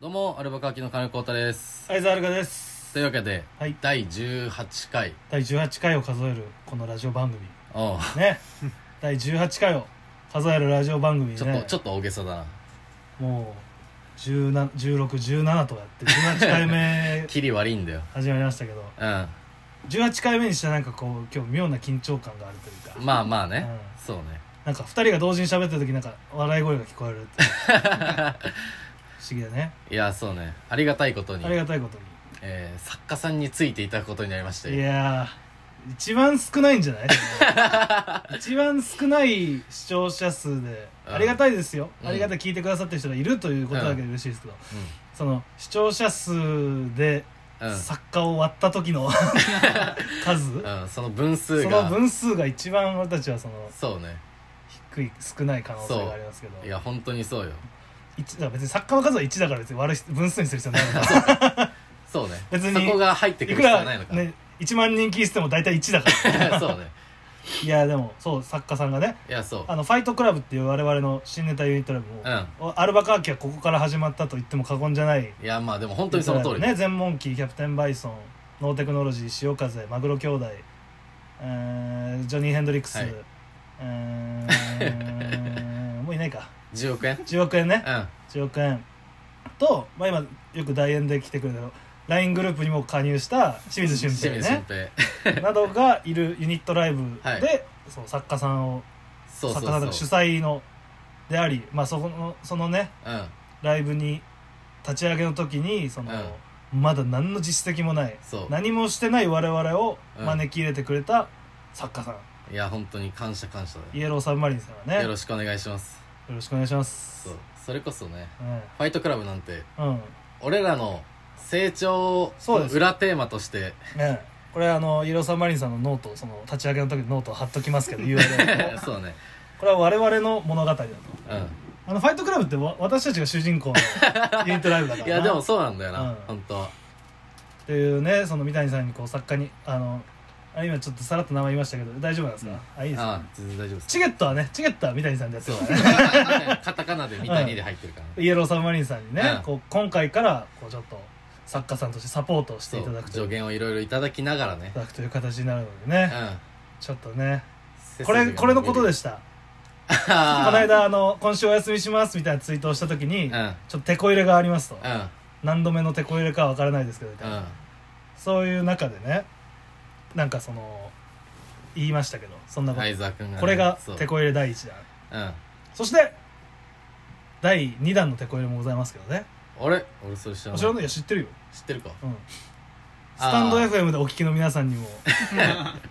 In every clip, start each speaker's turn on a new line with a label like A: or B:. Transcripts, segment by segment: A: どうも、アルバカーキの金子太です。
B: 相沢るかです
A: というわけで、
B: はい
A: 第18回。
B: 第18回を数えるこのラジオ番組
A: おう
B: ね第18回を数えるラジオ番組ね
A: ちょっと、ちょっと大げさだな。
B: もう1617とかやって18回 目
A: キリ悪いんだよ。
B: 始まりましたけど
A: うん。
B: 18回目にしてなんかこう今日妙な緊張感があるというか、
A: まあまあね。
B: う
A: そうね。
B: なんか2人が同時に喋ってる時なんか笑い声が聞こえるっていう 不思議だね
A: いや、そうね。ありがたいことに
B: あ、りがたいことに
A: えー、作家さんについていただくことになりまして。
B: いやー一番少ないんじゃない 一番少ない視聴者数で
A: うん
B: ありがたいですよ、
A: うん
B: ありがたい聞いてくださってる人がいるということだけで嬉しいですけど、
A: う
B: その視聴者数で
A: ん。うん。
B: 作家を割った 時の数、
A: うん、その分数
B: そ
A: が。
B: の分数が一番俺たちはその
A: そうね。
B: 低い少ない可能性がありますけど
A: いや、本当にそうよ。
B: 一だから別に作家の数は1だから別に悪い分数にする必要ない のか
A: そうね。
B: 別に
A: そこが入ってく
B: い
A: る
B: く
A: 必要はない
B: ら
A: の、か。
B: ね、1万人聞いてても大体1だか ら
A: そうね。
B: いやでもそう作家さんがね
A: いや、そう。
B: あのファイトクラブっていう我々の新ネタユニットライブ
A: うん。
B: を、アルバカーキはここから始まったと言っても過言じゃない
A: いや、まあでも本当にその通り。
B: ね全モンキーキャプテンバイソンノーテクノロジー潮風マグロ兄弟、えージョニー・ヘンドリックス、
A: はい
B: えー もういないか
A: 10億円
B: 10億円ね
A: うん。
B: 10億円と、まあ、今よく大円で来てくれる LINE グループにも加入した清水俊
A: 清
B: 平
A: 水俊
B: ね
A: 平。
B: などがいるユニットライブで、
A: はい
B: そう作家さんを
A: そうそう
B: 作家さんというか主
A: そう。
B: 催のであり、まあ、そこのそのね
A: うん。
B: ライブに立ち上げの時にその、まだ何の実績もない
A: そう。
B: 何もしてない我々を
A: うん
B: 招き入れてくれた作家さん、
A: いや本当に感謝感謝だ
B: イエローサブマリンさんはね
A: よ
B: よ
A: ろしくお願いします
B: ろしくお願いします
A: そうそれこそね
B: ね
A: ファイトクラブなんて
B: うん、
A: 俺らの成長
B: そう
A: を
B: です
A: 裏テーマとして
B: ねこれあのイエローサブマリンさんのノートその立ち上げの時のノートを貼っとき ますけど URL を
A: そうね
B: これは我々の物語だと
A: う
B: あのファイトクラブってわ私たちが主人公のユニットライブだから
A: ん
B: ない
A: やでもそうなんだよな、
B: うん
A: 本当は
B: っていうねその三谷さんにこう作家にあのあ今ちょっとさらっと名前言いましたけど大丈夫なんですか、あいいですか
A: ああ全然大丈夫です
B: チケットはねチケットは三谷さんでやって
A: そ
B: る
A: う
B: からね
A: カタカナで「みたいに」で入ってるから、
B: イエローサブマリンさんにね、
A: うん
B: こう今回からこうちょっと作家さんとしてサポートをしていただくと
A: そう
B: い
A: 助
B: うい
A: 言をいろいろいただきながらね
B: ただくという形になるのでね、
A: うん
B: ちょっとね
A: 背
B: これ
A: 筋が伸びる
B: これのことでしたこ
A: ああ
B: の間あの今週お休みしますみたいなツイートをした時
A: う
B: に、
A: ん
B: ちょっとテこ入れがありますと、
A: うん
B: 何度目のテこ入れかは分からないですけどみたいうなんそういう中でねなんかその言いましたけどそんなこと、
A: 相沢君がね
B: これが
A: そう
B: テこ入れ第1弾
A: うん
B: そして第2弾のテこ入れもございますけどね
A: あれ俺それ知ら
B: 知ら
A: な
B: ない
A: い
B: いや知ってるよ
A: 知ってるか
B: うんスタンド
A: あー
B: FM でお聞きの皆 さんにも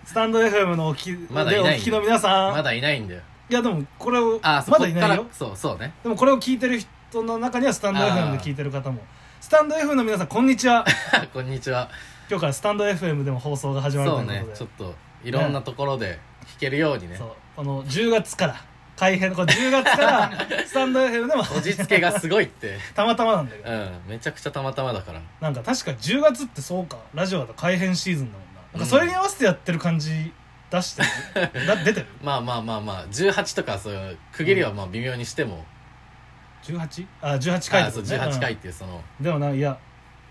B: スタンド FM のお聞き
A: まだい
B: でお
A: ない
B: 聞きの皆さん、
A: まだいないんだよ
B: いやでもこれを
A: あ
B: ま
A: そこ
B: だ
A: っ
B: い
A: か
B: ない
A: ら
B: よ
A: そうそうね
B: でもこれを聞いてる人の中にはスタンド
A: あ
B: FM
A: ー
B: で聞いてる方もスタンド FM の皆さんこんにち は
A: あこんにちは
B: 今日からスタンド FM でも放送が始まると
A: そ
B: いううことで
A: ねちょっといろんなところで弾けるようにね
B: そうこの10月から改編これ10月から スタンド FM でも
A: こじつけがすごいって
B: たまたまなんだけ
A: う
B: ど
A: んめちゃくちゃたまたまだから
B: なんか確か10月ってそうかラジオだと改編シーズンだもんななんかそれに合わせてやってる感じ出して る、だ出てる
A: まあまあまあまあ18とかそういう区切りはまあ微妙にしても
B: 18? あ18回
A: あ
B: だ
A: そう
B: ね
A: 18回
B: う
A: っていうその
B: んでもないや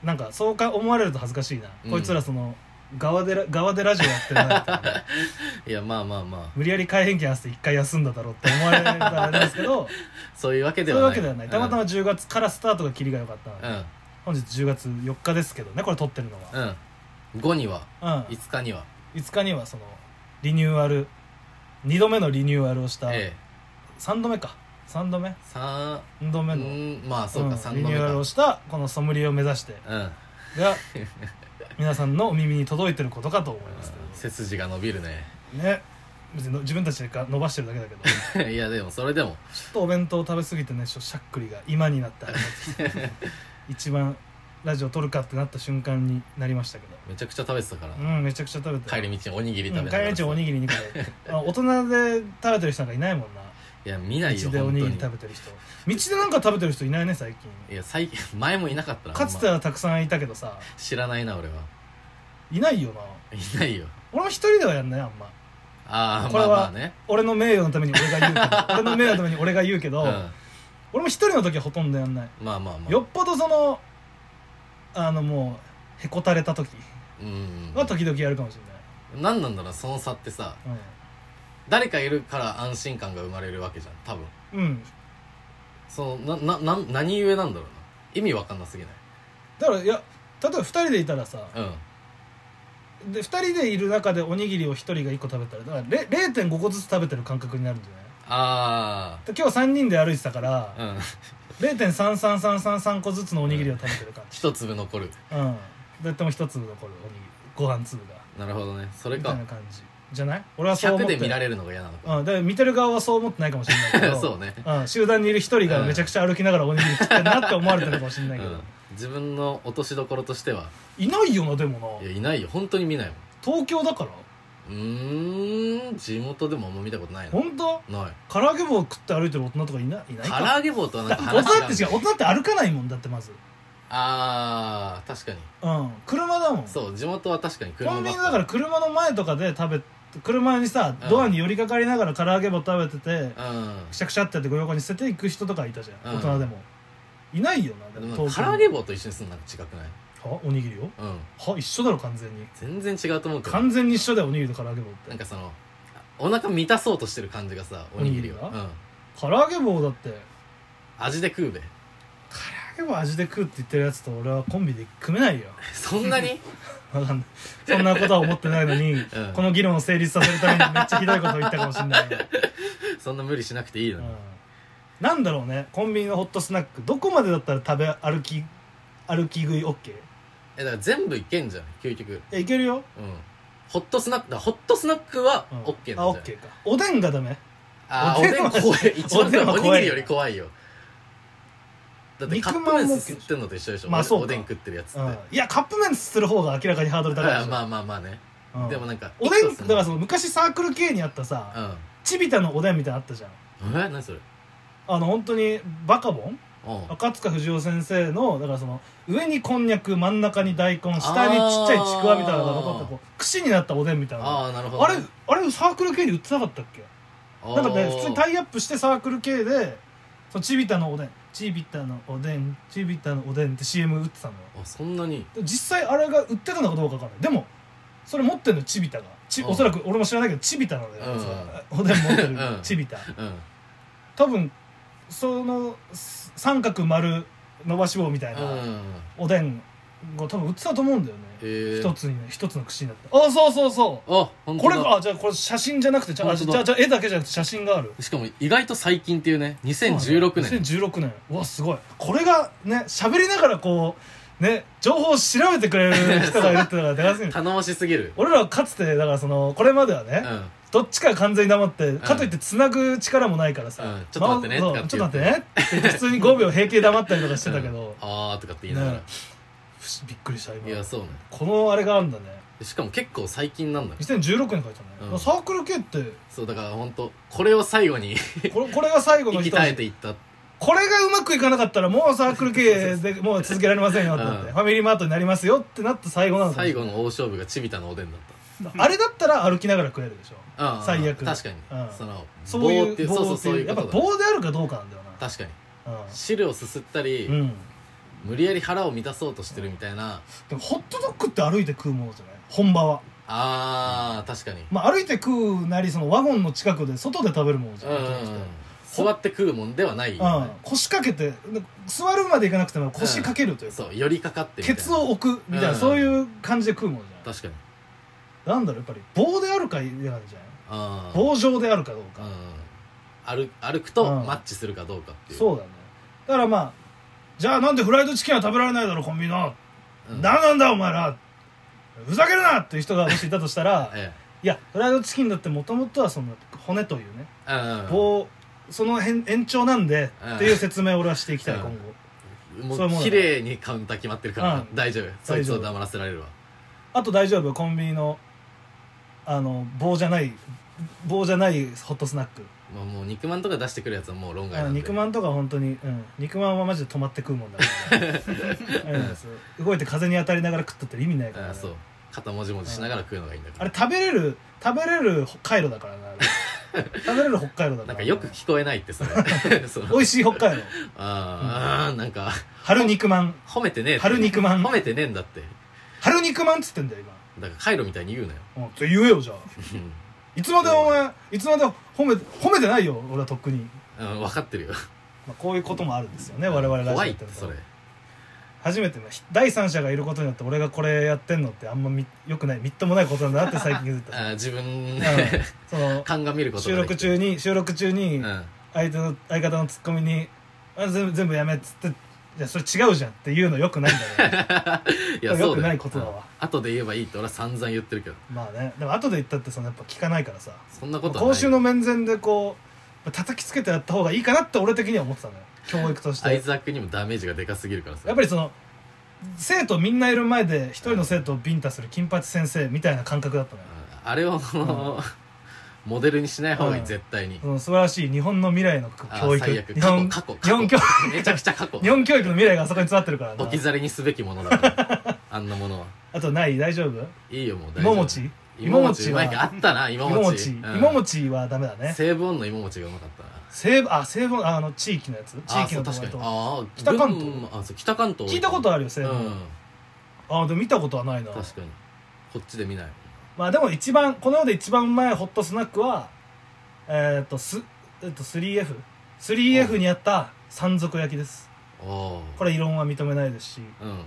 B: なんかそうか思われると恥ずかしいな、
A: うん
B: こいつらその側でラ側でラジオやってるなって
A: いやまあまあま
B: 無理やり改編権合わせて1回休んだだろうって思われたらあれですけど
A: あそういうわけ
B: そ
A: で
B: ういう
A: は
B: わ
A: ない
B: けではないたまたま10月からスタートが切りが良かったので、
A: う
B: 本日10月4日ですけどねこれ撮ってるの
A: んうんうん5には
B: は、うん
A: 5日には
B: 5日にはそのリニューアル2度目のリニューアルをした、
A: ええ
B: 3度目か3度目
A: 三
B: 2度目
A: う
B: の、
A: んまあそう
B: うん
A: か3
B: リ
A: 度
B: ニ
A: 目
B: ューアルを
A: か
B: したこのソムリエを目指 して
A: うん
B: が皆さんのお耳に届いてることかと思いますけ
A: 背筋が伸びるね
B: どね別にの自分たちが伸ばしてるだけだけどちょ
A: いやでもそれでも
B: っとお弁当を食べ過ぎてねちょっとしゃっくりが今になって始まってき て一番ラジオ撮るかってなった瞬間になりましたけど
A: めちゃくちゃ食べてたから
B: うんめちゃくちゃ食べて
A: 帰り道におにぎり食べ
B: 帰
A: ながら
B: り道おにぎり2個あ大人で食べてる人なんかいないもんない
A: や見ないよ
B: 道でおにぎり
A: 本当
B: 食べてる人道でなんか食べてる人いないね最近
A: にいや最 近前もいなかったな
B: かつて
A: あんま
B: はたくさんいたけどさ
A: 知らないな俺はい
B: ないよない
A: ないよ
B: 俺も一人ではやんないあんま
A: ああ
B: こ
A: ま
B: れ
A: あ
B: は
A: まあね
B: 俺の名誉のために俺が言うけど俺の名誉のために俺が言うけ
A: う
B: ど、
A: ん
B: 俺も一人の時はほとんどやんない
A: まあまあまあ
B: よっぽどそのあのもうへこたれた時
A: うん
B: は時々やるかもし
A: 何なんだろうその差ってさ
B: れない
A: 誰かいるから安心感が生まれるわけじゃん多分
B: うん、うん、
A: そのななな何故なんだろうな意味わかんなすぎない
B: だからいや例えば2人でいたらさ
A: うん
B: で2人でいる中でおにぎりを1人が1個食べたらだかられ0.5個ずつ食べてる感覚になるんじゃない
A: あ
B: で今日3人で歩いてたから
A: あうん
B: 0.33333個ずつのおにぎりを食べてる感じ
A: 一粒残る
B: うんだっても1粒残るおにぎりご飯粒
A: な
B: が
A: るほどねそれ
B: みたい
A: か
B: な感じじゃない俺はそう思
A: 100
B: って
A: で見ら
B: る、
A: れるのが嫌なのか
B: うん、だから見てる側はそう思ってないかもしれないけ ど
A: そうね
B: うん、集団にいる1人がめちゃくちゃ歩きながらおにぎり食ってるなって思われてるかもしれ
A: う
B: ないけど、
A: ん自分の落としどころとしてはい
B: ないよなでも
A: い
B: な
A: やいないよ本当に見ないもん
B: 東京だから
A: うーん地元でもあんま見たことないな
B: 本当
A: ない
B: 唐揚げ棒食って歩いてる大人とかいないいない
A: 唐
B: か
A: 揚げ棒とはな
B: だ
A: ん
B: っ
A: か
B: て
A: 話
B: 大人って違
A: が
B: う大人って歩かないもんだってまず
A: あー確かに
B: うん車だもん
A: そう地元は確かに車
B: コンビ
A: ばっ
B: ニ
A: か
B: だから車の前とかで食べ車にさ
A: うん
B: ドアに寄りかかりながら唐揚げ棒食べてて
A: うん
B: くしゃくしゃってやってご横に捨てていく人とかいたじゃん、
A: うん
B: 大人でもいないよな
A: で
B: で
A: もな
B: も
A: んか
B: 東京
A: 唐揚げ棒と一緒にするのなんか違くない
B: はおにぎりを
A: うん
B: は一緒だろ完全に
A: 全然違うと思うけど
B: 完全に一緒だよおにぎりと唐揚げ棒っ
A: なん
B: て
A: かそのお腹満たそうとしてる感じがさおにぎり
B: お
A: は
B: に
A: う
B: ぎ
A: ん
B: 唐揚げ棒だって
A: 味で食うべ
B: 唐揚げ棒味で食うって言ってるやつと俺はコンビで組めないよ
A: そんなに
B: わかんないそんなことは思ってないのに、
A: ん
B: この議論を成立させるためにめっちゃひどいことを言ったかもしれない、
A: そんな無理しなくていいの
B: うん
A: に、
B: なんだろうねコンビニのホットスナックどこまでだったら食べ歩き歩き食い OK
A: えだから全部いけんじゃん究極うん
B: えいけるよ、
A: ホットスナックだホットスナックは
B: うん、
A: オッケーな
B: あ
A: ん
B: オ
A: じゃ
B: ッ
A: ん、
B: ケーかおでんがダメ
A: あー
B: お
A: お
B: でん
A: でん
B: は
A: 怖い一番怖い
B: おでんは
A: おに
B: 怖い
A: ぎりより怖いよだってカップ
B: 肉まん
A: 麺
B: も
A: すすってんのと一緒でしょ、
B: まあそうか
A: おでん食ってるやつって、
B: うんいやカップ麺する方が明らかにハードル高い
A: あ
B: で
A: ー
B: し ょ
A: まあまあまあね、
B: うん
A: でもなんか
B: おでん
A: 一つ
B: だからその昔サークル系にあったさ、
A: うん
B: ちびたのおでんみたいなのあったじゃん
A: え何それ
B: あの本当にバカボン
A: うん
B: 赤塚不二夫先生のだからその上にこんにゃく真ん中に大根下にちっちゃいちくわみたいなのが残ってこう串になったおでんみたいなの
A: ああなるほど
B: あれあれサークル系で売ってなかったっけなんかね普通にタイアップしてサークル系でそのちびたのおでんちびたのおでんちびたのおでんって CM 売ってたのよ
A: あそんなに
B: でも実際あれが売ってたのかどうかわかんないでもそれ持ってるのちびたがち
A: うん
B: おそらく俺も知らないけどちびたなのよ
A: うん
B: そのおでん持ってる
A: うん
B: ちびた
A: うん
B: 多分そのす三角丸伸ばし棒みたいな、
A: うん
B: おでんが多分売ってたと思うんだよね
A: へー
B: 一つにね一つの串になってあそうそうそ
A: あ
B: う
A: 本
B: こ
A: 当
B: れ
A: だ
B: あじゃあこれ写真じゃなくてじゃあ
A: 本当だ
B: じゃあじゃあ絵だけじゃなくて写真がある
A: しかも意外と最近っていうね2016年
B: 2016年うわすごいこれがね喋りながらこうね情報を調べてくれる人がいるってのがでかすぎる
A: 頼もしすぎる
B: 俺らはかつてだからそのこれまではね、
A: うん
B: どっちかが完全に黙って、かといって繋ぐ力もないからさ、
A: うんちょっと待ってね
B: まあ
A: とか
B: そう
A: っ
B: ち
A: て
B: ょっ
A: 言っ
B: と
A: て
B: 待ってねって言って普通に5秒平気で黙ったりとかしてたけど、
A: うんああとかって言いなが
B: ね
A: ら
B: ふしびっくりした今
A: いやそうね
B: このあれがあるんだね
A: しかも結構最近なんだね
B: 2016年書いたね、
A: うん
B: サークル系って
A: そうだから本当これを最後に
B: これこれが最後の
A: 生き
B: 人
A: 絶えていった
B: これがうまくいかなかったらもうサークル系で もう続けられませんよってなって、
A: うん
B: ファミリーマートになりますよってなった最後なのかもし
A: 最
B: れな
A: 後
B: い
A: の大勝負がちびたのおでんだっ
B: あれだったら歩きながら食えるでしょ
A: たうん
B: 最悪
A: 確かに
B: うん
A: その
B: そうい
A: 棒
B: う
A: っていう
B: 棒
A: そうそうそう
B: って
A: いう
B: や
A: こ
B: っぱ
A: とだね
B: 棒であるかどうかなんだよな
A: 確かに汁をすすった
B: うん、
A: り
B: うん、
A: 無理やり腹を満たそうとしてるみたいな
B: でもホットドッグって歩いて食うものじゃない本場は、
A: あー確かに
B: まあ、歩いて食うなりそのワゴンの近くで外で食べるものじ
A: う
B: ゃ
A: ん
B: な
A: う
B: い、
A: んうん座って食うもんではないよ
B: う
A: ね
B: ん、腰掛けてで座るまでいかなくても腰掛けるというか、
A: そう寄りかかってみたい
B: ケ
A: な
B: ツを置くみたいな、
A: うん
B: そういう感じで食うもんじゃ
A: 確かに
B: ないなんだろうやっぱり棒であるかいやなんじゃない
A: あー
B: 棒状であるかどう
A: う
B: か、
A: ん歩歩くと
B: うん
A: マッチするかどうかっていう
B: そうだねだからまあじゃあなんでフライドチキンは食べられないだろコンビニの、
A: うん
B: 何なんだお前らふざけるなっていう人がもしいたとしたら
A: え
B: いやフライドチキンだってもともとはその骨というね
A: えうん
B: 棒その辺延長なんで
A: うん
B: っていう説明を俺はしていきたい
A: うん
B: 今後
A: も
B: そういうもんだ
A: う綺麗にカウンター決まってるから、
B: うん
A: 大丈夫そいつを黙らせられるわ
B: あと大丈夫コンビニのあの棒じゃない棒じゃないホットスナック
A: まあ、もう肉まんとか出してくるやつはもう論外な
B: あの
A: んで
B: 肉まんとか本当に、うん、肉まんはマジで止まって食うもんだか ら、うんそう動いて風に当たりながら食ったって意味ないからね、
A: あそう肩もじもじしながら食うのがいいんだか
B: あ
A: ら
B: れ食べれる食べれる回路だからなあれ離れる北海道だから
A: なんかよく聞こえないってそ れその
B: 美味しい北海道
A: あーあーなんか
B: 春肉まん
A: 褒めてねえって
B: 春肉まん
A: 褒めてねえんだって
B: 春肉まんっつってんだよ
A: だからカイロみたいに言うなよ
B: 今うんそれ言えよじゃあ
A: うん
B: いつまでお前いつまで褒め褒めてないよ俺はとっくに、
A: うん分かってるよ
B: まあ、こういうこともあるんですよね我々ラジオ
A: 怖い
B: や
A: っ
B: る
A: て
B: と
A: それ
B: 初めてね第三者がいることによって俺がこれやってんのってあんまみよくないみっともないことなんだなって最近気づい た、
A: あー自分
B: うん
A: ね、
B: その
A: 鑑みること
B: 収録中
A: に
B: に収録中
A: う
B: に
A: んあ
B: 相手の相方のツッコミに「あ全部全部やめ」っつって「いやそれ違うじゃん」って言うのよくないんだ よね
A: いやそう
B: よく
A: だ
B: ない
A: よ
B: ことだわ
A: うん後で言えばいいって俺は散々言ってるけど
B: まあねでも後で言ったってそのやっぱ聞かないからさ
A: そんなことはない
B: 講習の面前でこう叩きつけてやった方がいいかなって俺的には思ってたのよ教育とし
A: アイ
B: て
A: ザックにもダメージがでかすぎるからさ
B: やっぱりその生徒みんないる前で一人の生徒をビンタする金八先生みたいな感覚だったのよ
A: うんあれを、モデルにしない方がいい、絶対に
B: その素晴らしい日本の未来の
A: あ
B: 教
A: 最
B: 育
A: 悪
B: 日本
A: 過去過去
B: 日本教育
A: めちゃくちゃ過去
B: 日本教育の未来があそこに詰まってるからな
A: 置き去りにすべきものだから あんなものは
B: あとない大丈夫
A: いいよもう大丈夫
B: 芋餅
A: 芋餅
B: 芋餅は
A: うまいけどあったな芋
B: 芋
A: 餅
B: 餅芋餅はダメだね
A: 西武音の芋餅がうまかったな
B: 西部あ西部ああの地域のやつ地
A: あ
B: 域の
A: そう確か
B: 友達
A: に
B: と
A: ああ
B: 北関東
A: 群馬あそう北関東
B: 聞いたこと
A: あ
B: あるよ西部
A: うん
B: あでも見たことはないな
A: 確かにこっちで見ない
B: まあでも一番この世で一番うまいホットスナックはえーっとす、えーっと 3F3F にあった山賊焼きです
A: ああ
B: これ異論は認めないですし
A: うん
B: うん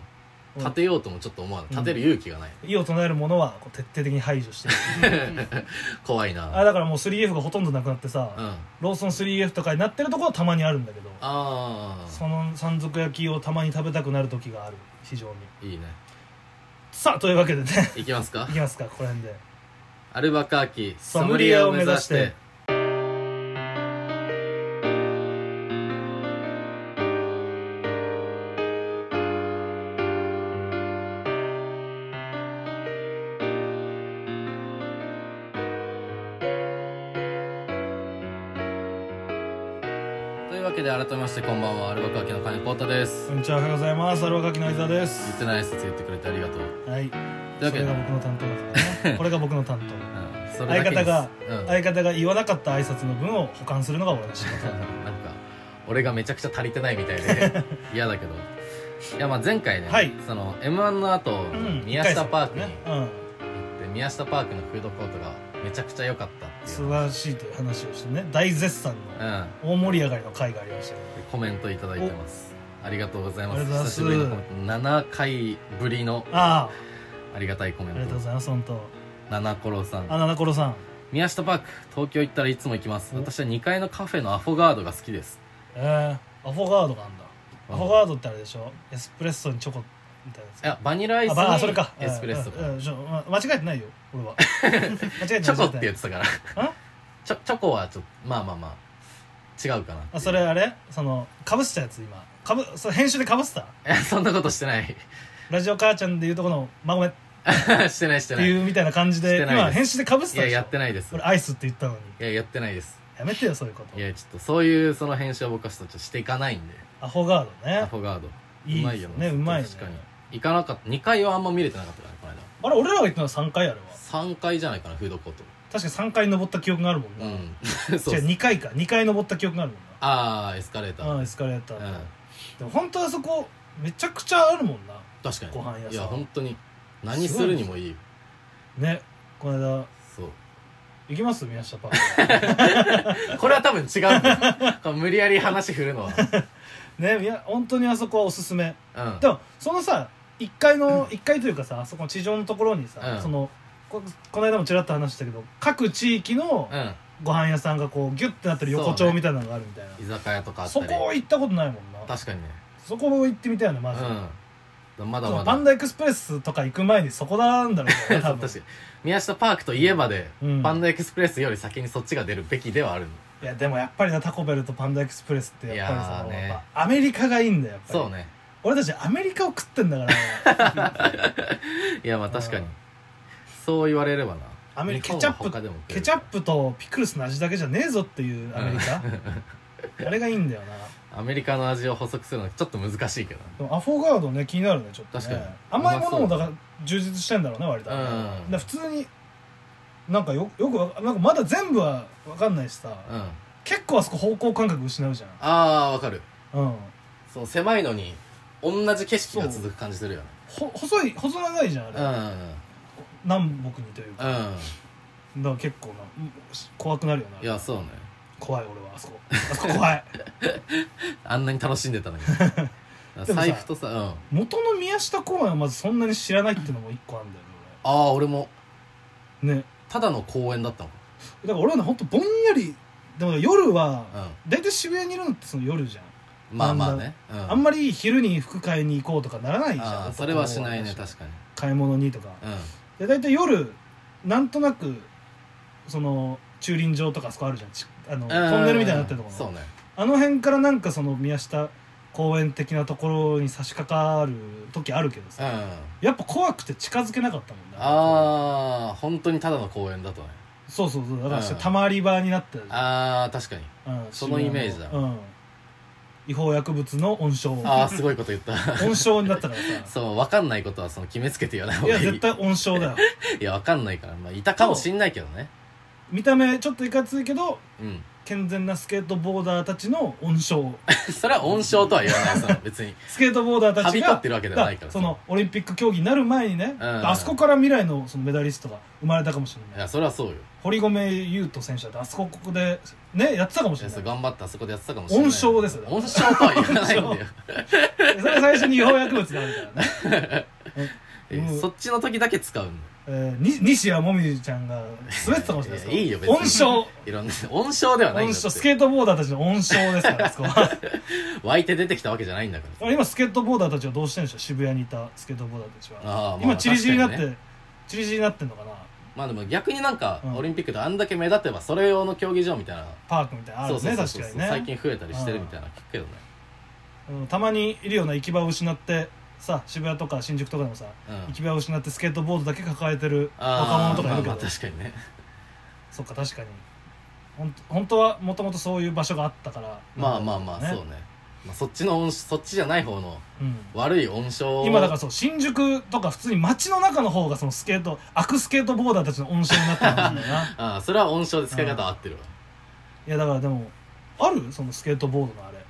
A: 立てようともちょっと思わない
B: うん
A: 立てる勇気がない
B: 異を唱えるものはこう徹底的に排除して る
A: 怖い
B: あ
A: な
B: だからもう 3F がほとんどなくなってさ、
A: うんあ
B: ローソン 3F とかになってるところはたまにあるんだけど
A: あ
B: その山賊焼きをたまに食べたくなる時がある非常に
A: いいね
B: さあというわけでね
A: いきますか
B: いきますかここら辺で
A: アルバカーキ
B: ソムリエを目指して
A: というわけで改めましてこんばんはアルバカーキの金子太です
B: こんにちはおはようございますアルバカキの相沢で
A: 言っ
B: す
A: てない挨拶言ってくれてありがとう
B: はい
A: というわ
B: そ
A: けで
B: れが僕の担当ですからねこれが僕の担当
A: うんそれだけです
B: 相方が
A: うん
B: 相方が言わなかった挨拶の分を保管するのが俺の仕事
A: なんか俺がめちゃくちゃ足りてないみたい で嫌だけどいやまあ前回ね、
B: はい
A: その m 1の後、
B: うん
A: 宮下パークに行
B: ねうん
A: って、宮下パークのフードコートがめちゃくちゃ良かったっていう
B: 素晴らしいという話をしてね大絶賛
A: う
B: の
A: ん
B: 大盛り上がりの回がありましたけど
A: でコメントいただいてますありがとうございま
B: あ
A: す
B: りがとうございます
A: 久しぶりのコメント7回ぶりの
B: あ
A: ありがたいコメ
B: ああ
A: ン
B: りがと
A: ト
B: うございます本当
A: 七コロさん
B: あななころさん
A: 宮下パーク東京行ったらいつも行きます
B: お
A: 私は2階のカフェのアフォガードが好きです
B: えー、アフォガードがあんだアフォガードってあれでしょエスプレッソにチョコみたいなやつ
A: いやバニラアイス
B: あばあそれか
A: にエスプレッソ
B: うんうんうんちょま間違えてないよ俺 は間違えてない
A: チョコって言
B: や
A: っ
B: つ
A: てたからチョチョコはちょっとまあまあまあ違うかな
B: あそれあれそのかぶせたやつ今かぶそれ編集でかぶせた
A: いやそんなことしてない
B: ラジオ母ちゃんで言うとこの「まごめ」っ
A: してないして
B: て
A: ないい
B: いうみたいな感じ
A: し
B: で
A: てないです
B: 今編集でかぶせた
A: や
B: でしょ
A: やってないです
B: 俺アイスって言ったのに
A: いややってないです
B: やめてよそういうこ
A: い
B: と
A: やちょっとそういうその編集を僕はちょっとしていかないんで
B: アフォガード
A: ア
B: ね
A: フォガード
B: いい
A: ま
B: で
A: い
B: す
A: よ
B: ねうまいね
A: 確かに行かなかった2回はあんま見れてなかったからねこの間
B: あれ俺らが言ったのは3回あれは
A: 3回じゃないかなフードコート
B: 確か3回登った記憶があるもんな、
A: う
B: 違う ん
A: そうっす
B: 2回か2回登った記憶があるもん
A: ああエスカレータ
B: なうん
A: ー
B: エスカレータ
A: う
B: ー、
A: ん
B: でも本当はそこめちゃくちゃあるもんな
A: 確かに
B: ご飯屋さん
A: いや本当に何するにもいい
B: ねこの間
A: そう
B: 行きます宮下パ ー
A: これは多分違うんだよこれ無理やり話振るのは
B: クねいや本当にあそこはおすすめ
A: うん
B: でもそのさ1階の1階というかさあそこの地上のところにさ、
A: うん
B: そのここの間もちらっと話したけど各地域の
A: うん
B: ご飯屋さんがこうギュッてなってる横丁みたいなのがあるみたいな
A: 居酒屋とかあった
B: そ,、
A: り
B: こ行ったことないもんな
A: 確かにね
B: そこも行ってみたいな
A: う
B: まず、
A: んまだま
B: その
A: だ
B: バンダエクスプレスとか行く前にそこなんだろう ね多
A: 確か
B: 分
A: に宮下パークといえばで、
B: うん
A: パンダエクスプレスより先にそっちが出るべきではあるの
B: いやでもやっぱりなタコベルとパンダエクスプレスってやっぱ
A: い
B: り
A: や
B: さ
A: ー、ね
B: やっぱアメリカがいいんだよやっぱり
A: そうね
B: 俺たちアメリカを食ってんだから、ね、
A: いやまあ確かに
B: うん
A: そう言われればな
B: アメリカ
A: 日
B: ケチャ
A: 本は
B: ップ
A: 他でも食える
B: ケチャップとピクルスの味だけじゃねえぞっていうアメ リカ、あれがいいんだよな
A: アメリカの味を補足するのはちょっと難しいけど
B: でもアフォガードね気になるねちょっとね
A: 確かに
B: 甘いものも
A: うまそ
B: だ
A: う
B: から充実してんだろうね割と、
A: うん
B: だから普通になんかよよくわなんかまだ全部は分かんないしさ、
A: うんあ
B: 結構あそこ方向感覚失うじ
A: あーわかる
B: ゃんうん
A: そう狭いのに同じ景色が続く感じするよね
B: ほ細い細長いじゃんあ
A: う
B: れ、
A: んうん
B: 南北にというか
A: う
B: だか
A: ん
B: ら結構なうん怖くなるよ
A: い
B: な
A: やそうね
B: 怖い俺はあそこあそこ怖い
A: あんなに楽しんでたのに
B: さ
A: 財布とさうん
B: 元の宮下公園はまずそんなに知らないっていうのも一個あんだよね
A: ああ俺も
B: 俺ね
A: ただの公園だったの
B: だから俺はねほんとぼんやりでも夜は
A: うん
B: 大体渋谷にいるのってその夜じゃん
A: まあまあねう
B: あんまり昼に服買いに行こうとかならないじ
A: あ
B: ゃ
A: ー
B: ん
A: それはしないね
B: 男の子
A: 確かに
B: 買い物にとか
A: うん
B: で大体夜なんとなくその駐輪場とかあそこあるじゃんちあの
A: うん
B: トンネルみたいになってるとこ
A: そう
B: ろ
A: ね
B: あの辺からなんかその宮下公園的なところに差し掛かる時あるけど
A: うん
B: さ
A: あ
B: やっぱ怖くて近づけなかったもんね
A: あー本当にただの公園だとね
B: そうそうそうだから
A: うん
B: たまり場になってたじゃん
A: ああ確かに
B: うん
A: そのイメージだ
B: うん、違法薬物の温床
A: ああすごいこと言った
B: 温床になったからさ
A: そう分かんないことは その決めつけて言わない方
B: い
A: が
B: や
A: いい
B: 絶対温床だよ
A: いや分かんないから、まあ、いたかもしんないけどね
B: 見た目ちょっといかついけど
A: うん
B: 健全なスケートボーダーたちの温床
A: それは温床とは言わないその別 に
B: スケートボーダーた
A: 旅
B: ち
A: 立
B: が
A: ってるわけで
B: だ
A: は
B: か
A: ないからら
B: そのオリンピック競技になる前にね、
A: うん
B: あそこから未来のそのメダリストが生まれたかもしれ
A: い
B: ない
A: やそれはそうよ
B: 堀米雄斗選手だってあそこここでねやってたかもし
A: いや
B: れ
A: そう
B: ない
A: 頑張ってあそこでやってたかもしれない
B: 温床です
A: 温床とは言わないんだよ
B: それ最初に違法薬物があるからね、
A: え
B: うん
A: そっちの時だけ使うんだ
B: えー、に西矢椛ちゃんが滑ってたかもしれないです
A: いやいいよ別に
B: 温床
A: いろんな温床ではないん
B: 温
A: だっ
B: 床ス
A: て
B: ケートボーダーたちの温床ですからあそこは
A: 湧いて出てきたわけじゃないんだから
B: 今スケートボーダーたちはどうしてんでしょう渋谷にいたスケートボーダーたちは、
A: あーまあ
B: 今チリチリになって、
A: 確か
B: チリチリになってんのかな
A: まあでも逆になんか
B: うん
A: オリンピックであんだけ目立てばそれ用の競技場みたいな
B: パークみたいなのある
A: そ
B: ね
A: うそうそうそう
B: 確かにね
A: 最近増えたりしてるみたいなの聞くけどね
B: うんたまにいるような行き場を失ってさ渋谷とか新宿とかでもさ、
A: うん
B: 行き場を失ってスケートボードだけ抱えてる若
A: あ
B: 者と
A: ー
B: か
A: ま
B: いる
A: あ
B: けど、
A: まあ確かにね
B: そっか確かにほん本当はもともとそういう場所があったから
A: まあまあまあそうね、まあ、そっちの温そっちじゃない方の
B: うん
A: 悪い温床
B: 今だからそう新宿とか普通に街の中の方がそのスケート悪スケートボーダーたちの温床になってるんだよ な
A: ああそれは温床で使い方合ってるわ
B: いやだからでもあるそのスケートボードのあれ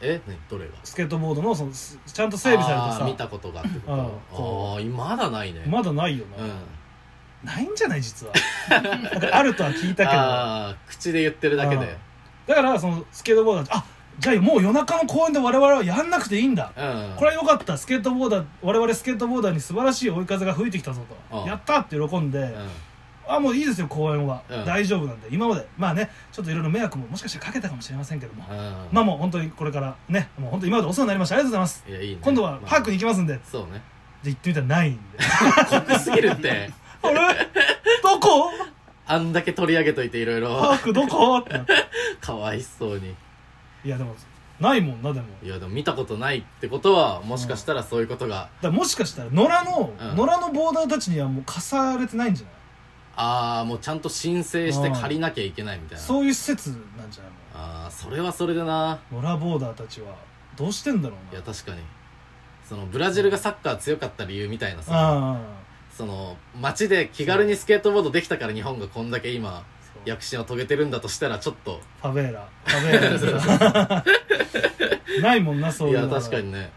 A: え何どれが
B: スケートボードのそのすちゃんと整備さ
A: あー
B: れ
A: 見
B: てさ
A: たことがあってこと
B: うん
A: ああまだないね
B: まだないよ
A: う
B: な、
A: ん
B: ないんじゃない実は なんかあるとは聞いたけどだ
A: ああ口で言ってるだけで
B: からそのスケートボーダーあじゃあもう夜中の公園で我々はやんなくていいんだ
A: うん
B: これは良かったスケートボーダー我々スケートボーダーに素晴らしい追い風が吹いてきたぞと、
A: うん
B: やったって喜んで、
A: うん
B: あもういいですよ公園は、
A: うん
B: 大丈夫なんで今までまあねちょっといろいろ迷惑ももしかしたらかけたかもしれませんけども、
A: うん
B: まあもう本当にこれからねもう本当に今までお世話になりましたありがとうございます
A: いやいいね
B: 今度はパークに行きますんで、
A: まあそうね
B: で行ってみたらないんで
A: 濃すぎる って
B: あれどこ
A: あんだけ取り上げといていろい
B: パ
A: ろ
B: ークどこってなって
A: かわいそうに
B: いやでもないもんなでも
A: いやでも見たことないってことはもしかしたらそういうことが
B: だからもしかしたら野良の、
A: うん
B: 野良のボーダーたちにはもう貸されてないんじゃない
A: ああもうちゃんと申請して借りなきゃいけないみたいな
B: そういう施設なんじゃない
A: ああそれはそれでな
B: の野良ボーダーたちはどうしてんだろ
A: いうや
B: な
A: 確かにそのブラジルがサッカー強かった理由みたいなさ
B: あ
A: その街で気軽にスケートボードできたから日本がこんだけ今
B: あそう
A: 躍進を遂げてるんだとしたらちょっと
B: ファベーラファベーラでさないもんなそう
A: い
B: いう
A: や
B: のが
A: 確かにね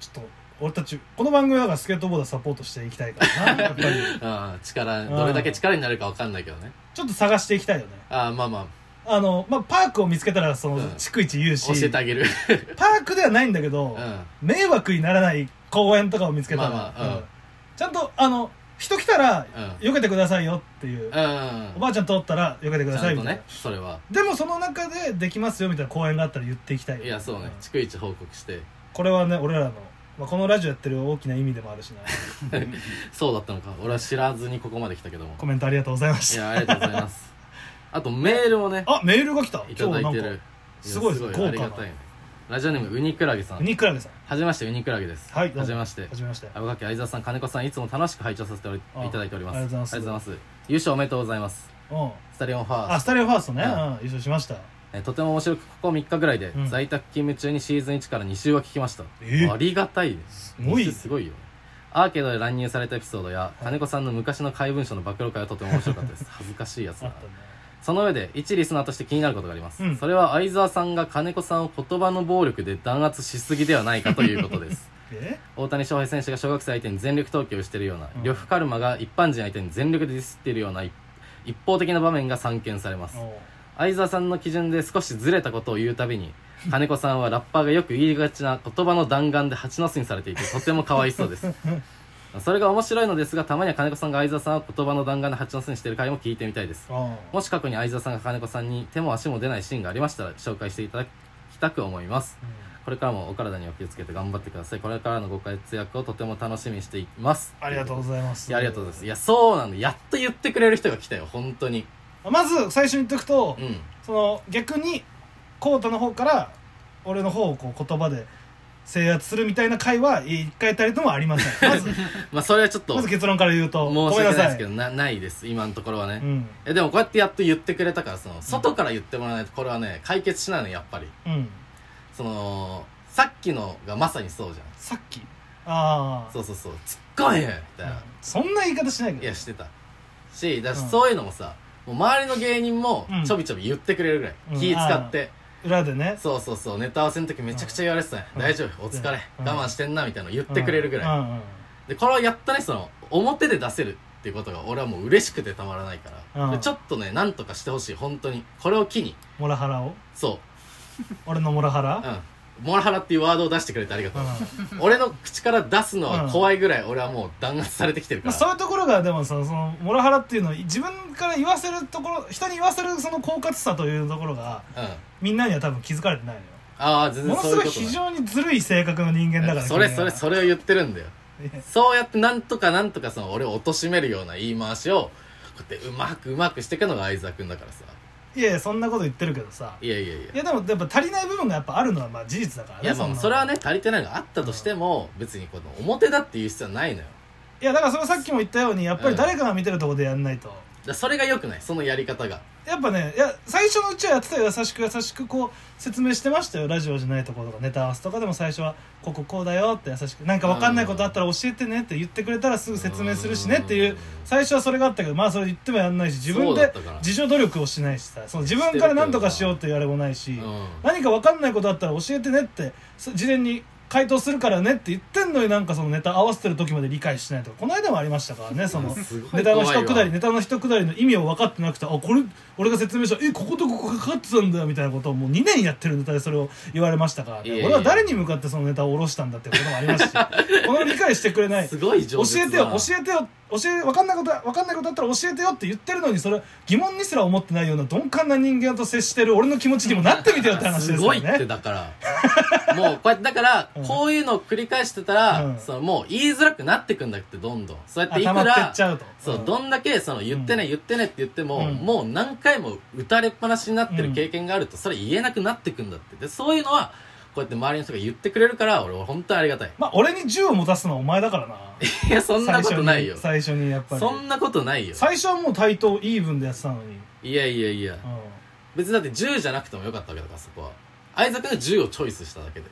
B: ちょっと俺たちこの番組だからスケートボーダーサポートしていきたいか らなやっぱり
A: ああ力どれだけ力になるか分かんないけどね
B: ちょっと探していきたいよね
A: ああまあまあ
B: あの、まあ、パークを見つけたらその
A: うん
B: 逐一言うし、
A: 教えてあ げる
B: パークではないんだけ
A: う
B: ど、
A: ん
B: 迷惑にならない公園とかを見つけたら、
A: まあまあうん
B: うんちゃんとあの人来たら、
A: う
B: 避けてくださいよってい
A: う
B: う、
A: ん
B: おばあちゃん通ったら避けてくだ
A: ち
B: さ
A: ゃ
B: い
A: ん
B: み
A: と
B: たいな、
A: ねそれは
B: でもその中でできますよみたいな公園があったら言っていきたい
A: いやそうね
B: ん
A: 逐一報告して
B: これはね俺らの、まあ、このラジオやってる大きな意味でもある しな
A: そうだったのか俺は知らずにここまで来たけども
B: コメントありがとうございま
A: い
B: した
A: やありがとうございます あとメールもね
B: あメールが来た
A: いた
B: 今
A: だ
B: 日ないん
A: て
B: か
A: る
B: すごい
A: や
B: 豪華な
A: ありがたいねラジオネームウニクラゲさん
B: ウニクラゲさん
A: はじめましてウニクラゲです
B: はいどうも
A: じめまして
B: はじめまして
A: 青垣相沢さん金子さんいつも楽しく拝聴させており
B: あ
A: いただいております
B: ありがとうございます
A: 優勝おめでとうございます
B: うん
A: スタリオンファー
B: あ
A: ス
B: ス
A: ト
B: タリオファーストね、
A: う
B: うんん優勝しました
A: えとても面白くここ3日ぐらいで、
B: うん
A: 在宅勤務中にシーズン1から2週は聞きました
B: え
A: ありがたいです
B: ごい
A: すごいよねアーケードで乱入されたエピソードや金子さんの昔の怪文書の暴露会はとても面白か ったです恥ずかしいやつ
B: あ
A: だ
B: っ
A: な
B: たね
A: その上で一リスナーとして気になることがあります、
B: うん
A: それは相沢さんが金子さんを言葉の暴力で弾圧しすぎではないかということです
B: え
A: 大谷翔平選手が小学生相手に全力投球をしているような
B: うん
A: 呂布、カルマが一般人相手に全力でディスっているような一一方的な場面が散見されます
B: おう
A: 相沢さんの基準で少しずれたことを言うた びに金子さんはラッパーがよく言いがちな言葉の弾丸で蜂の巣にされていてとてもかわいそうですそれが面白いのですがたまには金子さんが相沢さんを言葉の弾丸で蜂の巣にしている回も聞いてみたいです
B: ああ
A: もし過去に相沢さんが金子さんに手も足も出ないシーンがありましたら紹介していただきたく思います
B: うん
A: これからもお体には気をつけて頑張ってくださいこれからのご活躍をとても楽しみにしています
B: ありがとうご
A: いま
B: ざいます
A: いやありがとうございますいやそうなんだやっと言ってくれる人が来たよ本当に
B: まず最初に言っておくと、
A: うん
B: その逆にコウタの方から俺の方をこう言葉で制圧するみたいな会は一回たりともあり ませんまず
A: まあそれはちょっと
B: まず結論から言うと
A: 申し訳ないですけ
B: ご
A: どなないです今のところはね、
B: めんなさ
A: えでもこうやってやっと言ってくれたからその外から言ってもらわないとこれはね解決しないのやっぱり
B: いうん、うん、
A: そのさっきのがまさにそうじゃん
B: さっきああ
A: そうそうそう突っ込めよみたいな、
B: そんな言い方しないけど
A: いやしてたしだし
B: うん
A: そういうのもさ、もう周りの芸人も
B: うん
A: ちょびちょび言ってくれるぐらい、
B: うん
A: 気使って、
B: 裏でね
A: そうそうそうネタ合わせの時めちゃくちゃ言われてたね、
B: うん
A: 大丈夫お疲れ、
B: うん
A: 我慢してんなみたいなの言ってくれるぐらい、
B: うんうん
A: でこれはやったねその表で出せるっていうことが俺はもう嬉しくてたまらないから、
B: うん
A: でちょっとねなんとかしてほしい本当にこれを機に
B: モラハラを
A: そ
B: 俺のモラハラ
A: ううんモラハラっていうワードを出してくれてありがとう、
B: うん
A: 俺の口から出すのは怖いぐらい俺はもう弾圧されてきてるか
B: まあ、
A: ら、
B: そういうところがでもさそのモラハラっていうのを自分から言わせるところ人に言わせるその狡猾さというところが
A: うんあ
B: みんなには多分気づかれてないのよ
A: あ全
B: も
A: 然
B: の
A: そう
B: す
A: いうこと
B: ごい非常にずるい性格の人間だから
A: それそれ
B: れ
A: それを言ってるんだよそうやってなんとかなんとかその俺を貶めるような言い回しをこうやってうまくうまくしていくのが相沢君だからさ
B: いやいやそんなこと言ってるけどさ
A: いやいやいや
B: いやでもやっぱ足りない部分がやっぱあるのはまあ事実だからね
A: いやまあ
B: の
A: それはね足りてないのがあったとしても別にこの表だっていう必要はないのよ
B: いやだからそれさっきも言ったようにやっぱり誰かが見てるところでやんないと、
A: だからそれが良くないそのやり方が
B: やっぱねいや最初のうちはやってたよ優しく優しくこう説明してましたよラジオじゃないところとかネタ合わせとかでも最初は「こここうだよ」って優しく「なんか分かんないことあったら教えてね」って言ってくれたらすぐ説明するしねっていう最初はそれがあったけどまあそれ言ってもやんないし自分
A: そうだっ
B: で
A: たから
B: 自助努力をしないしさその自分から何とかしようって言われもないし、
A: う
B: 何か分かんないことあったら教えてねってそ事前に回答するからねって言ってんのになんかそのネタ合わせてる時まで理解しないとかこの間もありましたからねその
A: ん すごい
B: ネタの
A: 怖い
B: 一
A: わ
B: くだりネタの一くだりの意味を分かってなくてあこれ俺が説明したえこことここかかってたんだよみたいなことをもう2年やってるネタでそれを言われましたから、
A: いやい
B: ね、
A: や
B: 俺は誰に向かってそのネタを下ろしたんだってこともあり ますしこの理解してくれない
A: すごい
B: 教
A: 上手
B: えてよ教えてよ教え分かんないこと分かんないことあったら教えてよって言ってるのにそれ疑問にすら思ってないような鈍感な人間と接してる俺の気持ちにもなってみてよって話ですすよ
A: ご
B: ね
A: いってだから もうこうやってだから
B: うん
A: こういうのを繰り返してたら、
B: うん
A: そのもう言いづらくなってくんだってどんどんそうやってい
B: 頭
A: く
B: ってっ
A: ら
B: ちゃうと
A: そう、
B: ん
A: どんだけその言ってね、
B: うん
A: 言ってねって言っても、
B: うん
A: もう何回も打たれっぱなしになって
B: う
A: る
B: ん
A: 経験があると、それ言えなくなってくんだってでそういうのはこうやって周りの人が言ってくれるから俺は本当にありがたい
B: まあ俺に銃を持たすのはお前だからない
A: やそんなことないよ
B: 最初に最初にやっぱり
A: そんなことないよ
B: 最初はもう対等イーブンでやってたのに、
A: いやいやいや
B: う
A: 別にだって10じゃなくてもよかったわけだからそこは相沢君が10をチョイスしただけで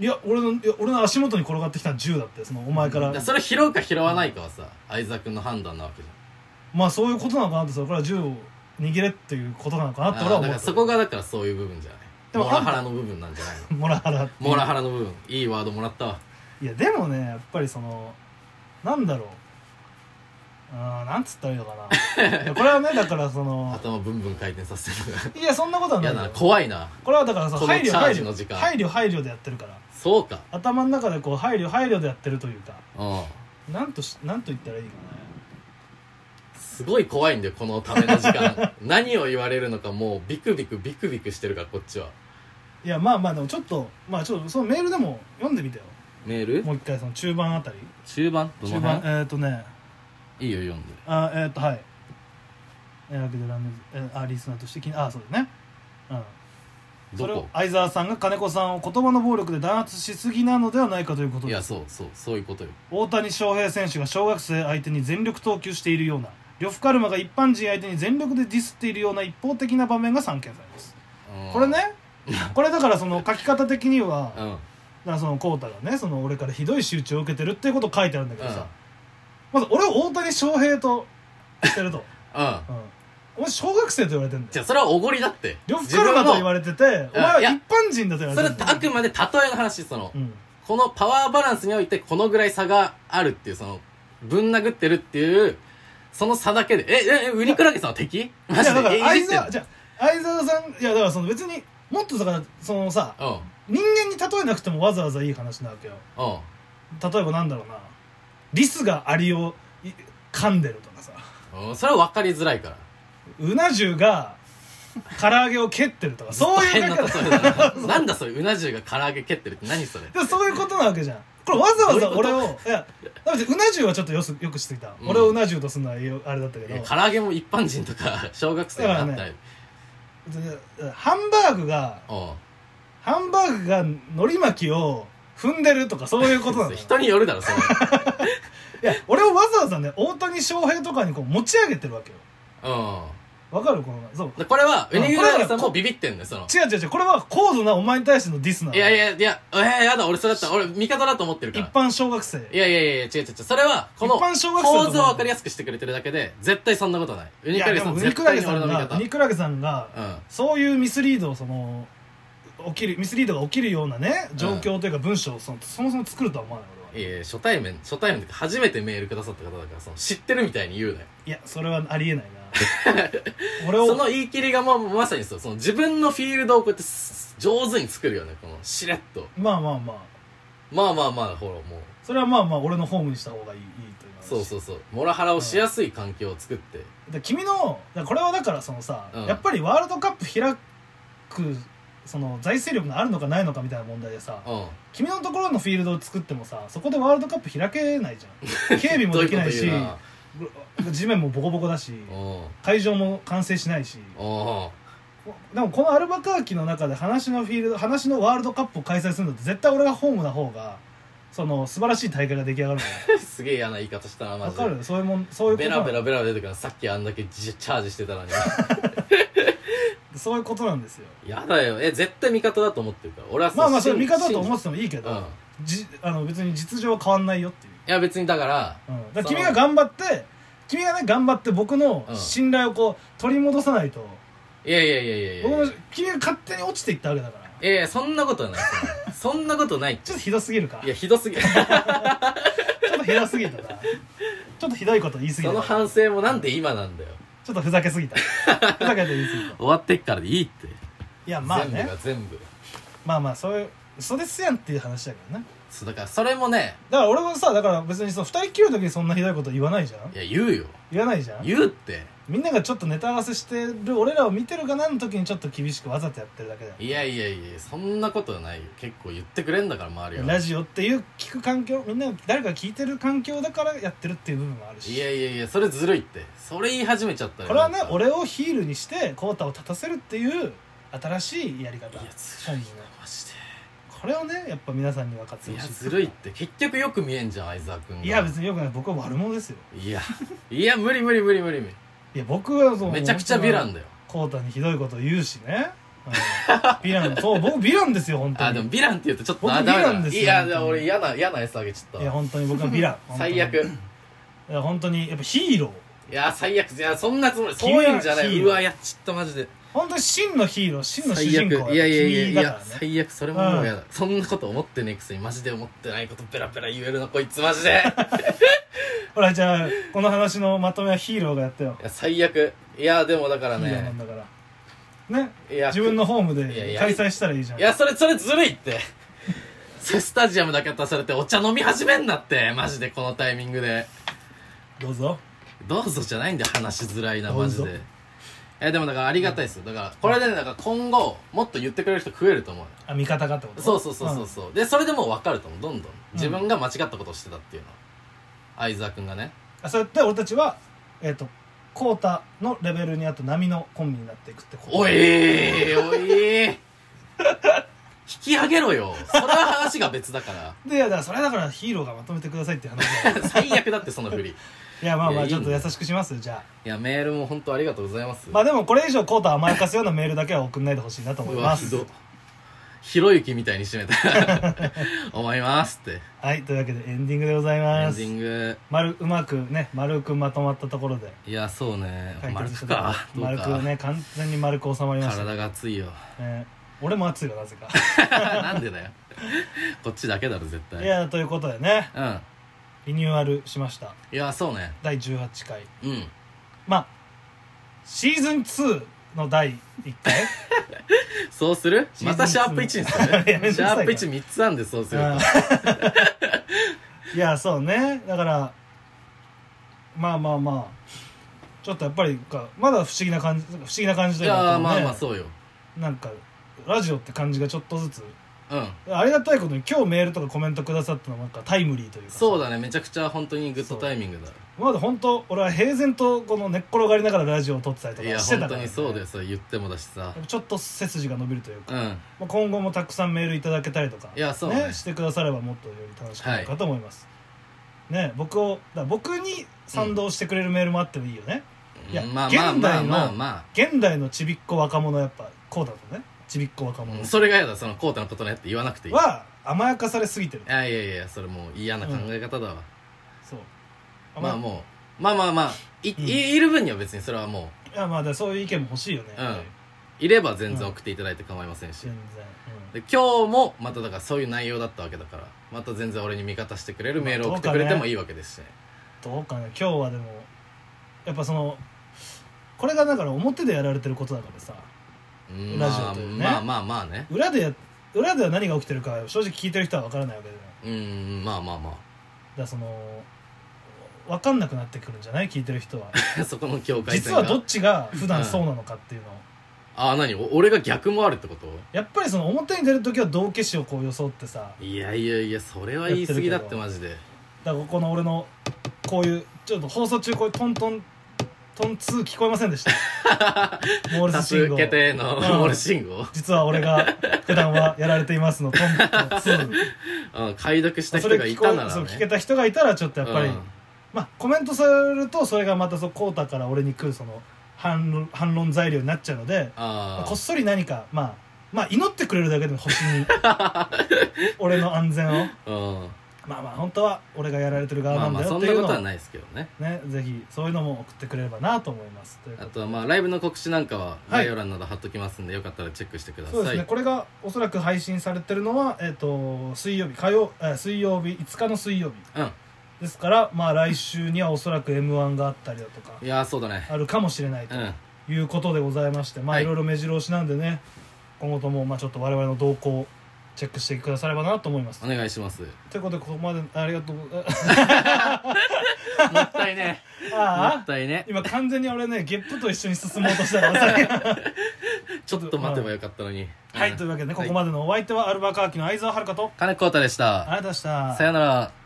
B: ん、いや俺のいや俺の足元に転がってきたの銃だってそのお前から、
A: だらそれを拾うか拾わないかはさ相沢君の判断なわけじゃん
B: まあそういうことなのかなってそれから銃を握れっていうことなのかなって俺は
A: あーだか
B: 思う
A: らそこがだからそういう部分じゃない
B: でも
A: モラハラの部分なんじゃない の
B: モラハラっていう
A: モラハラの部分いいワードもらったわ
B: いやでもねやっぱりそのなんだろううーんなんつったらいいのか ないやこれはねだからその
A: 頭ブンブン回転させてるのが
B: いやそんなことはな
A: や
B: いよ
A: だな怖いな
B: これはだからさ
A: この
B: 配慮
A: チャー
B: 配
A: ジの時
B: 慮
A: 間
B: 配慮配慮でやってるから
A: そうか
B: 頭の中でこう配慮配慮でやってるというか
A: うん
B: なんとしなんと言ったらいいかね
A: すごい怖いんだよこのための時 間何を言われるのかもうビクビクビクビクしてるからこっちはい
B: やまあまあでもちょっとまあちょっとそのメールでも読んでみてよ
A: メール
B: もう一回その中盤あたり
A: 中盤どの
B: 中盤
A: 辺
B: えっ、ー、とね
A: いいよ読んで
B: あえっ、ー、とはいえー、わけでランドえー、あリスナーとしてきあそうだねうんそ
A: ど
B: れを
A: こ
B: 相沢さんが金子さんを言葉の暴力で弾圧しすぎなのではないかということ
A: い
B: で
A: や
B: す
A: そうそうそういうことよ
B: 大谷翔平選手が小学生相手に全力投球しているような呂布カルマが一般人相手に全力でディスっているような一方的な場面が散見されます
A: うん
B: これねこれだからその書き方的には
A: うん
B: からその浩太がねその俺からひどい集中を受けてるっていうことを書いてあるんだけどさ、まず俺を大谷翔平としてると、
A: うん うん
B: うん、お前小学生と言われてんだ
A: じゃ
B: よ
A: あそれはおごりだって
B: 呂布カルマと言わ
A: れ
B: れててお前は一般人だと言わ
A: そ
B: れ
A: れ
B: て
A: は
B: んだ
A: あ
B: よ
A: くまで例えの話その、
B: うん
A: このパワーバランスにおいてこのぐらい差があるっていうそのぶん殴ってるっていうその差だけでえええウニクラゲさんは敵
B: いや
A: マジ
B: だから
A: でえい
B: 相
A: じってん
B: 沢じゃあ相沢さんいやだからその別にもっとだからそのさ
A: の
B: 人間に例えなくてもわざわざいい話なわけよ
A: うんうん
B: 例えばなんだろうなリスがアリをい噛んでるとかさ
A: うんそれは分かりづらいから
B: うな重が唐揚げを蹴ってるとかそういう
A: 変な
B: だか
A: 例
B: ら
A: えだななんだそれうな重が唐揚げ蹴ってるって何それ
B: でもそういうことなわけじゃんこれわざわざ
A: どう
B: 俺
A: いう
B: をいやだってうな重はちょっとよすよくしすぎた、
A: うん
B: 俺をうな重とするのはよあれだったけど
A: いや唐揚げも一般人とか小学生だったり、
B: でハンバーグが
A: うん
B: ハンバーグが海苔巻きを踏んでるとかそういうことなのよ
A: 人によるだろそれ
B: いや俺をわざわざね大谷翔平とかにこう持ち上げてるわけよ
A: うん
B: わかるこのそう
A: でこれは
B: う
A: ウ
B: ん
A: ニグラゲさんもビビってんのよその
B: 違う違う違うこれは高度なお前に対してのディスなの
A: いやいやいやえー、やだ俺それだったら俺味方だと思ってるか
B: 一
A: ら
B: 般小学生
A: いやいやいや違う違う違うそれはこの
B: 一般小学生だと思う
A: 構図を分かりやすくしてくれてるだけで絶対そんなことないウニクラゲさん
B: いやでもウニ
A: 絶
B: クラ
A: 対
B: ゲ
A: に
B: さ
A: 俺の
B: ん
A: 味
B: がウ
A: 方
B: ニクラゲさんが
A: うん
B: そういうミスリードをその起きるミスリードが起きるようなね状況というか文章をそのそもそも作るとは思わない俺はい
A: やいや初対面初対面っていうか初めてメールくださった方だからその知ってるみたいに言うなよ
B: いやそれはありえない な俺
A: そ
B: を
A: の言い切りがもうまさにそうその自分のフィールドをこうやってす上手に作るよねこのしれっと
B: まあまあまあ
A: まあまあまあほらもう
B: それはまあまあ俺のホームにした方がいいいいという話
A: そうそうそうモラハラをしやすい環境を作って
B: で君のだからこれはだからそのさ、
A: うん
B: やっぱりワールドカップ開くその財政力があるのかないのかみたいな問題でさ、
A: う
B: 君のところのフィールドを作ってもさそこでワールドカップ開けないじゃん警備
A: ん
B: も
A: どうい
B: で
A: うこ
B: き
A: と
B: ないし
A: 言うな
B: 地面もボコボコだし
A: うん
B: 会場も完成しないし
A: うん
B: でもこのアルバカーキの中で話のフィールド話のワールドカップを開催するんだって絶対俺がホームな方がその素晴らしい大会が出来上がるのよ
A: すげえ嫌な言い方したなマ
B: わ
A: ジで
B: かるそういうもんそういうこ
A: ベ
B: と
A: ラ
B: な
A: ベ
B: ん
A: ラベラ出てくるさっきあんだけじチャージしてたのに
B: そういうことなんですよ
A: やだよえ絶対味方だと思ってるから俺は
B: まあまあそれ味方だと
A: っ
B: 思っててもいいけ
A: う
B: ど、
A: んい
B: じあの別に実情は変わんないよっていう、
A: や別にだから
B: うん、だから君が頑張って君がね頑張って僕の
A: うん
B: 信頼をこう取り戻さないと、
A: いやいやいやいやいや
B: 僕の君が勝手に落ちていったわけだから
A: いやいやそんなことはない そんなそんなことないって
B: ちょっとひどすぎるか
A: い
B: ちょ
A: やひどすぎ
B: っとひどすぎたなちょっとひどいこと言いすぎ
A: そ
B: た
A: の
B: ちょ
A: 反省もなんで今なんだよ
B: っとふざけすぎたふざけて言いすぎた
A: 終わってっからでいいって
B: いやまあ
A: 全部
B: ね
A: が全部
B: まあまあそういう嘘ですやんっていう話だからね
A: そうだからそれもね
B: だから俺もさだから別にその2人きりの時にそんなひどいこと言わないじゃん
A: いや言うよ
B: 言わないじゃん
A: 言うって
B: みんながちょっとネタ合わせしてる俺らを見てるかなの時にちょっと厳しくわざとやってるだけだよ
A: いやいやいやそんなことはないよ結構言ってくれんだから周りは
B: ラジオっていう聞く環境みんな誰か聞いてる環境だからやってるっていう部分もあるし
A: いやいやいやそれずるいってそれ言い始めちゃったら
B: これはね
A: なんか
B: 俺をヒールにしてコータを立たせるっていう新しいやり
A: い
B: 方
A: やずるいなマジ
B: これをねやっぱ皆さんに分かって
A: でい
B: ほ
A: や
B: しい
A: ずるいって結局よく見えんじゃん相沢君が
B: いや別によくない僕は悪者ですよ
A: いやいや無理無理無理無理無理
B: いや僕はその
A: めちゃくちゃヴィランだよ
B: コータにひどいこと言うしね、うん、ヴィランそう僕ヴィランですよ本当に
A: あでもヴィランって言うとちょっと
B: 僕
A: あダメだ
B: ヴィランですよ
A: いや
B: 本当に
A: 俺嫌な嫌な餌あげちゃっ
B: い
A: た
B: や
A: わ
B: 本当に僕はヴィラン本当に
A: 最悪
B: いや本当にやっぱヒーロー
A: いや最悪いやそんなつもりそういうんじゃな
B: 君はいヒー
A: う
B: ロー
A: わやっちゃったマジで
B: 本当に真のヒーロー真の主
A: 最
B: 人
A: 悪
B: 公はい
A: やいやいや
B: 君
A: い
B: だから
A: や
B: ね
A: 最悪それももうやだそんなこと思ってねえくせにマジで思ってないことペラペラ言えるなこいつマジ で
B: ほらじゃあこの話のまとめはヒーローがやったよ、
A: いや最悪いやでもだから
B: ヒーローな
A: ね
B: んだからね
A: いや
B: 自分のホーム
A: いやい
B: で
A: や
B: 開催したらいいじゃん
A: いや、それ、それずるいって。それスタジアムだけ渡されてお茶飲み始めんなって、マジでこのタイミングで。
B: どうぞ
A: どうぞじゃないんだよ、話しづらいな、マジ
B: どう
A: で。え、でもだからありがたいですよ。だから、これでね、なんか今後、もっと言ってくれる人増えると思うよ。
B: あ味方かってこと
A: そうそうそうそうそう。で、それでもう分かると思う、どんどん。自分が間違ったことをしてたっていうのは。相沢くんがね。
B: あそうやって俺たちはえっ、とコータのレベルにあと波のコンビになっていくってこと
A: おいーおいー引き上げろよ。それは話が別だから。
B: でいやだからそれはだからヒーローがまとめてくださいっていう話だよ
A: 最悪だって、その振り。
B: いやまあま
A: いやい
B: あ
A: い
B: ちょっと
A: ね
B: 優しくしますよじゃあ
A: いや、メールも本当ありがとうございます。
B: まあでもこれ以上コータ甘やかすようなメールだけは送んないでほしいなと思いうま
A: わ
B: す
A: ひどいひろゆきみたいに締めた 思いますって
B: はいというわけでエンディングでござい
A: エ
B: ま
A: ン
B: す
A: ディング
B: 丸うまくね丸くまとまったところで
A: いやそうね
B: 解
A: 丸
B: 決し
A: く
B: た
A: かどう
B: 丸
A: か
B: くね完全に丸く収まりました、
A: 体が熱いよ
B: えー俺も熱いよなぜか
A: なんでだよこっちだけだろ絶対
B: いやということでね
A: うん
B: リニューアルしました
A: いやそうね
B: 第18回
A: うん
B: まあシーズン2の第1回
A: そうする
B: シーズン
A: またシャープ1にする
B: やめなさいよ
A: シャープ13つあんでそうすると
B: うんいやそうねだからまあまあまあちょっとやっぱりかまだ不思議な感じ不思議な感じ
A: い
B: というか
A: や
B: こうね
A: まあまあそうよ
B: なんかラジオって感じがちょっとずつ
A: うん
B: ありがたいことに今日メールとかコメントくださったのもなんかタイムリーというかさ
A: そうだねめちゃくちゃ本当にグッドタイミングだ
B: 今まで本当俺は平然とこの寝っ転がりながらラジオを撮ってたりと
A: いや
B: かして
A: 本
B: たか
A: 当
B: ら、
A: にそうです言ってもだしさ
B: ちょっと背筋が伸びるというか、
A: うん
B: まあ、今後もたくさんメールいただけたりとか、
A: いやそうね
B: してくださればもっとより楽しくなるかと思います、ね僕をだ僕に賛同してくれるメールもあってもいいよね、いや
A: まあ
B: 現
A: まあまあ
B: 代の
A: まあま
B: 現代のちびっこ若者やっぱこうだとねちびっこ若
A: あ
B: 者
A: うんそれが嫌だそのコータのことねって言わなくていい
B: は甘やかされすぎてる
A: いやいやいやそれもう嫌な考え方だわ、
B: そう
A: まあもうまあまあまあい,い、
B: うん
A: いる分には別にそれはも
B: いやまあだからそういう意見も欲しいよね、
A: うんういれば全然送っていただいて構いませんし、
B: 全
A: で
B: 然、
A: 今日もまただからそういう内容だったわけだからまた全然俺に味方してくれるメールを送ってくれてもいいわけですしね
B: うん、どうかね今日はでもやっぱそのこれがだから表でやられてることだからさ
A: うん
B: ラジ
A: ま
B: オ
A: あ
B: というね
A: まあまあまあね
B: 裏でや裏では何が起きてるか正直聞いてる人は分からないわけでだか
A: うんまあまあま
B: らその分かんなくなってくるんじゃない聞いてる 人は
A: あそこの境界
B: 実
A: 線が
B: はどっちが普段そうなのかっていうのを、
A: ああ何お俺が逆もあるってこと
B: やっぱりその表に出る時は道化師をこう装ってさ
A: いやいやいやそれは言い過ぎだってマジで
B: だからこの俺のこういうちょっと放送中こういうトントントン2聞こえませんでした モールス信号
A: 助けての
B: うん
A: モールス信号
B: 実は俺が普段はやられていますのトントン2
A: うん解読した
B: そ
A: 人
B: れ
A: がい
B: 聞こ
A: た
B: え
A: なら
B: そう
A: ね
B: 聞けた人がいたらちょっとやっぱり、
A: うん
B: まあコメントされるとそれがまたそうコータから俺に来るその反論反論材料になっちゃうので
A: あ
B: こっそり何かまあまあ祈ってくれるだけでも星 に俺の安全を
A: あうん
B: まあまあ本当は俺がやられてる側
A: ま
B: な
A: あ
B: ん
A: ま
B: だ
A: あ
B: よ
A: そ
B: っ
A: ん
B: て
A: ないこ
B: う
A: と
B: の
A: は
B: を
A: ないですけどね
B: ねぜひそういうのも送ってくれればなと思いますというこ
A: あ
B: と
A: とはまあライブの告知なんかは
B: はい
A: 概要欄など貼っときますんでよかったらチェックしてくだ
B: そうで
A: さ
B: すね
A: い
B: これがおそらく配信されてるのは、えっと水曜日火曜、えー水曜日5日の水曜日
A: うん
B: ですからまあ来週にはおそらく m 1があったりだとか
A: いやーそうだね
B: あるかもしれないと
A: うん
B: いうことでございまして、まあ
A: はい
B: いろいろ目白押しなんでね今後ともまあちょっと我々の動向をチェックしてくださればなと思います
A: お願いしますも
B: ということでここまでありが とうございます
A: ったいねも
B: あ
A: っ
B: あ
A: たいね
B: 今完全に俺ねゲップと一緒に進もうとした からさ
A: ちょっと待てばよかったのに
B: はいというわけでねここまでのお相手はアルバカーキの相沢遥と
A: 金子太でした
B: ありがとうございました
A: さよなら